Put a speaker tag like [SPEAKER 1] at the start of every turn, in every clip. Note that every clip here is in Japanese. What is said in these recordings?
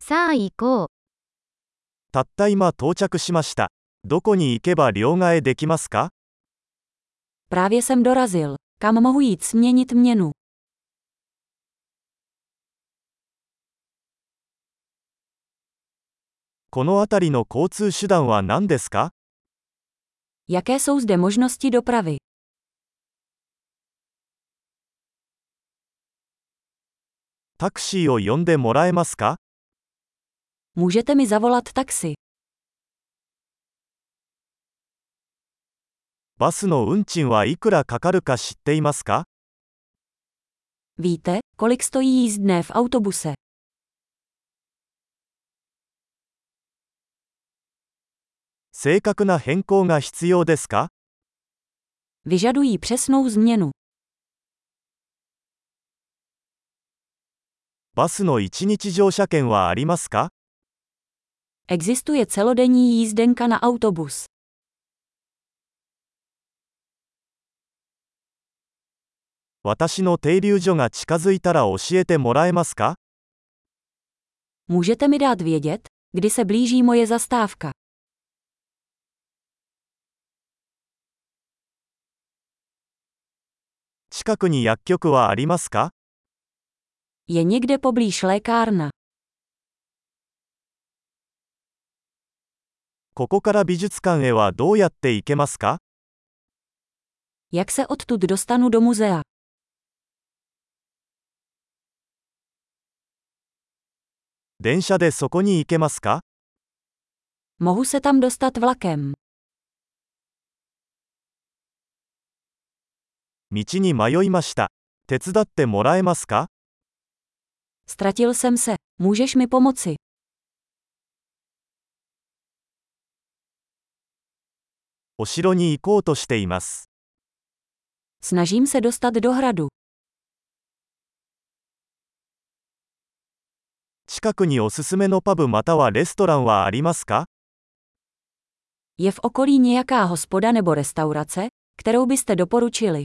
[SPEAKER 1] さあ行こう。
[SPEAKER 2] たった今到着しました。どこに行けば両替できますか
[SPEAKER 3] Právě jsem dorazil. Kam mohu jít směnit měnu?
[SPEAKER 2] この辺りの交通手段は何ですか
[SPEAKER 3] Jaké jsou zde možnosti dopravy?
[SPEAKER 2] タクシーを呼んでもらえますか
[SPEAKER 3] Můžete mi zavolat taxi?
[SPEAKER 2] バスの運賃はいくらかかるか知っていますか
[SPEAKER 3] Víte, kolik stojí jízdné v autobuse?
[SPEAKER 2] 正確な変更が必要ですか
[SPEAKER 3] Vyžadují přesnou změnu.
[SPEAKER 2] バスの1日乗車券はありますか
[SPEAKER 3] Existuje celodenní jízdenka na autobus.
[SPEAKER 2] 私の停留所が近づいたら教えてもらえますか
[SPEAKER 3] Můžete mi dát vědět, kdy se blíží moje zastávka?
[SPEAKER 2] 近くに薬局はありますか
[SPEAKER 3] Je někde poblíž lékárna.
[SPEAKER 2] ここから美術館へはどうやって行けますか
[SPEAKER 3] Jak se odtud dostanu do muzea?
[SPEAKER 2] 電車でそこに行けますか
[SPEAKER 3] Mohu se tam dostat vlakem.
[SPEAKER 2] 道に迷いました。手伝ってもらえますか
[SPEAKER 3] Ztratil jsem se. Můžeš mi pomoci?
[SPEAKER 2] お城に行こうとしています。
[SPEAKER 3] Snažím se dostat do hradu.
[SPEAKER 2] 近くにおすすめのパブまたはレストランはありますか
[SPEAKER 3] Je v okolí nějaká hospoda nebo restaurace, kterou byste doporučili?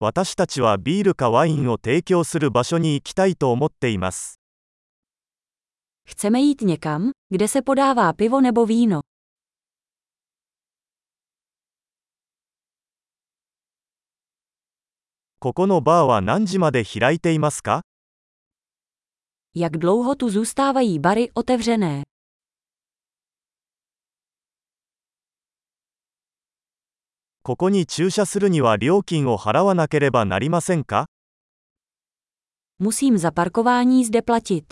[SPEAKER 2] 私たちはビールかワインを提供する場所に行きたいと思っています。
[SPEAKER 3] Chceme jít někam, kde se podává pivo nebo víno.
[SPEAKER 2] ここのバーは何時まで開いていますか
[SPEAKER 3] Jak dlouho tu zůstávají bary otevřené?
[SPEAKER 2] ここに駐車するには料金を払わなければなりませんか
[SPEAKER 3] Musím za parkování zde platit.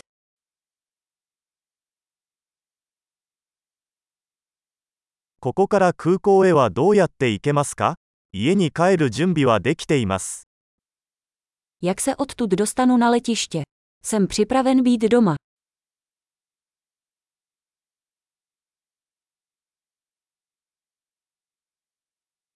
[SPEAKER 2] ここから空港へはどうやって行けますか家に帰る準備はできています。
[SPEAKER 3] Jak se odtud dostanu na letiště? Jsem připraven být doma.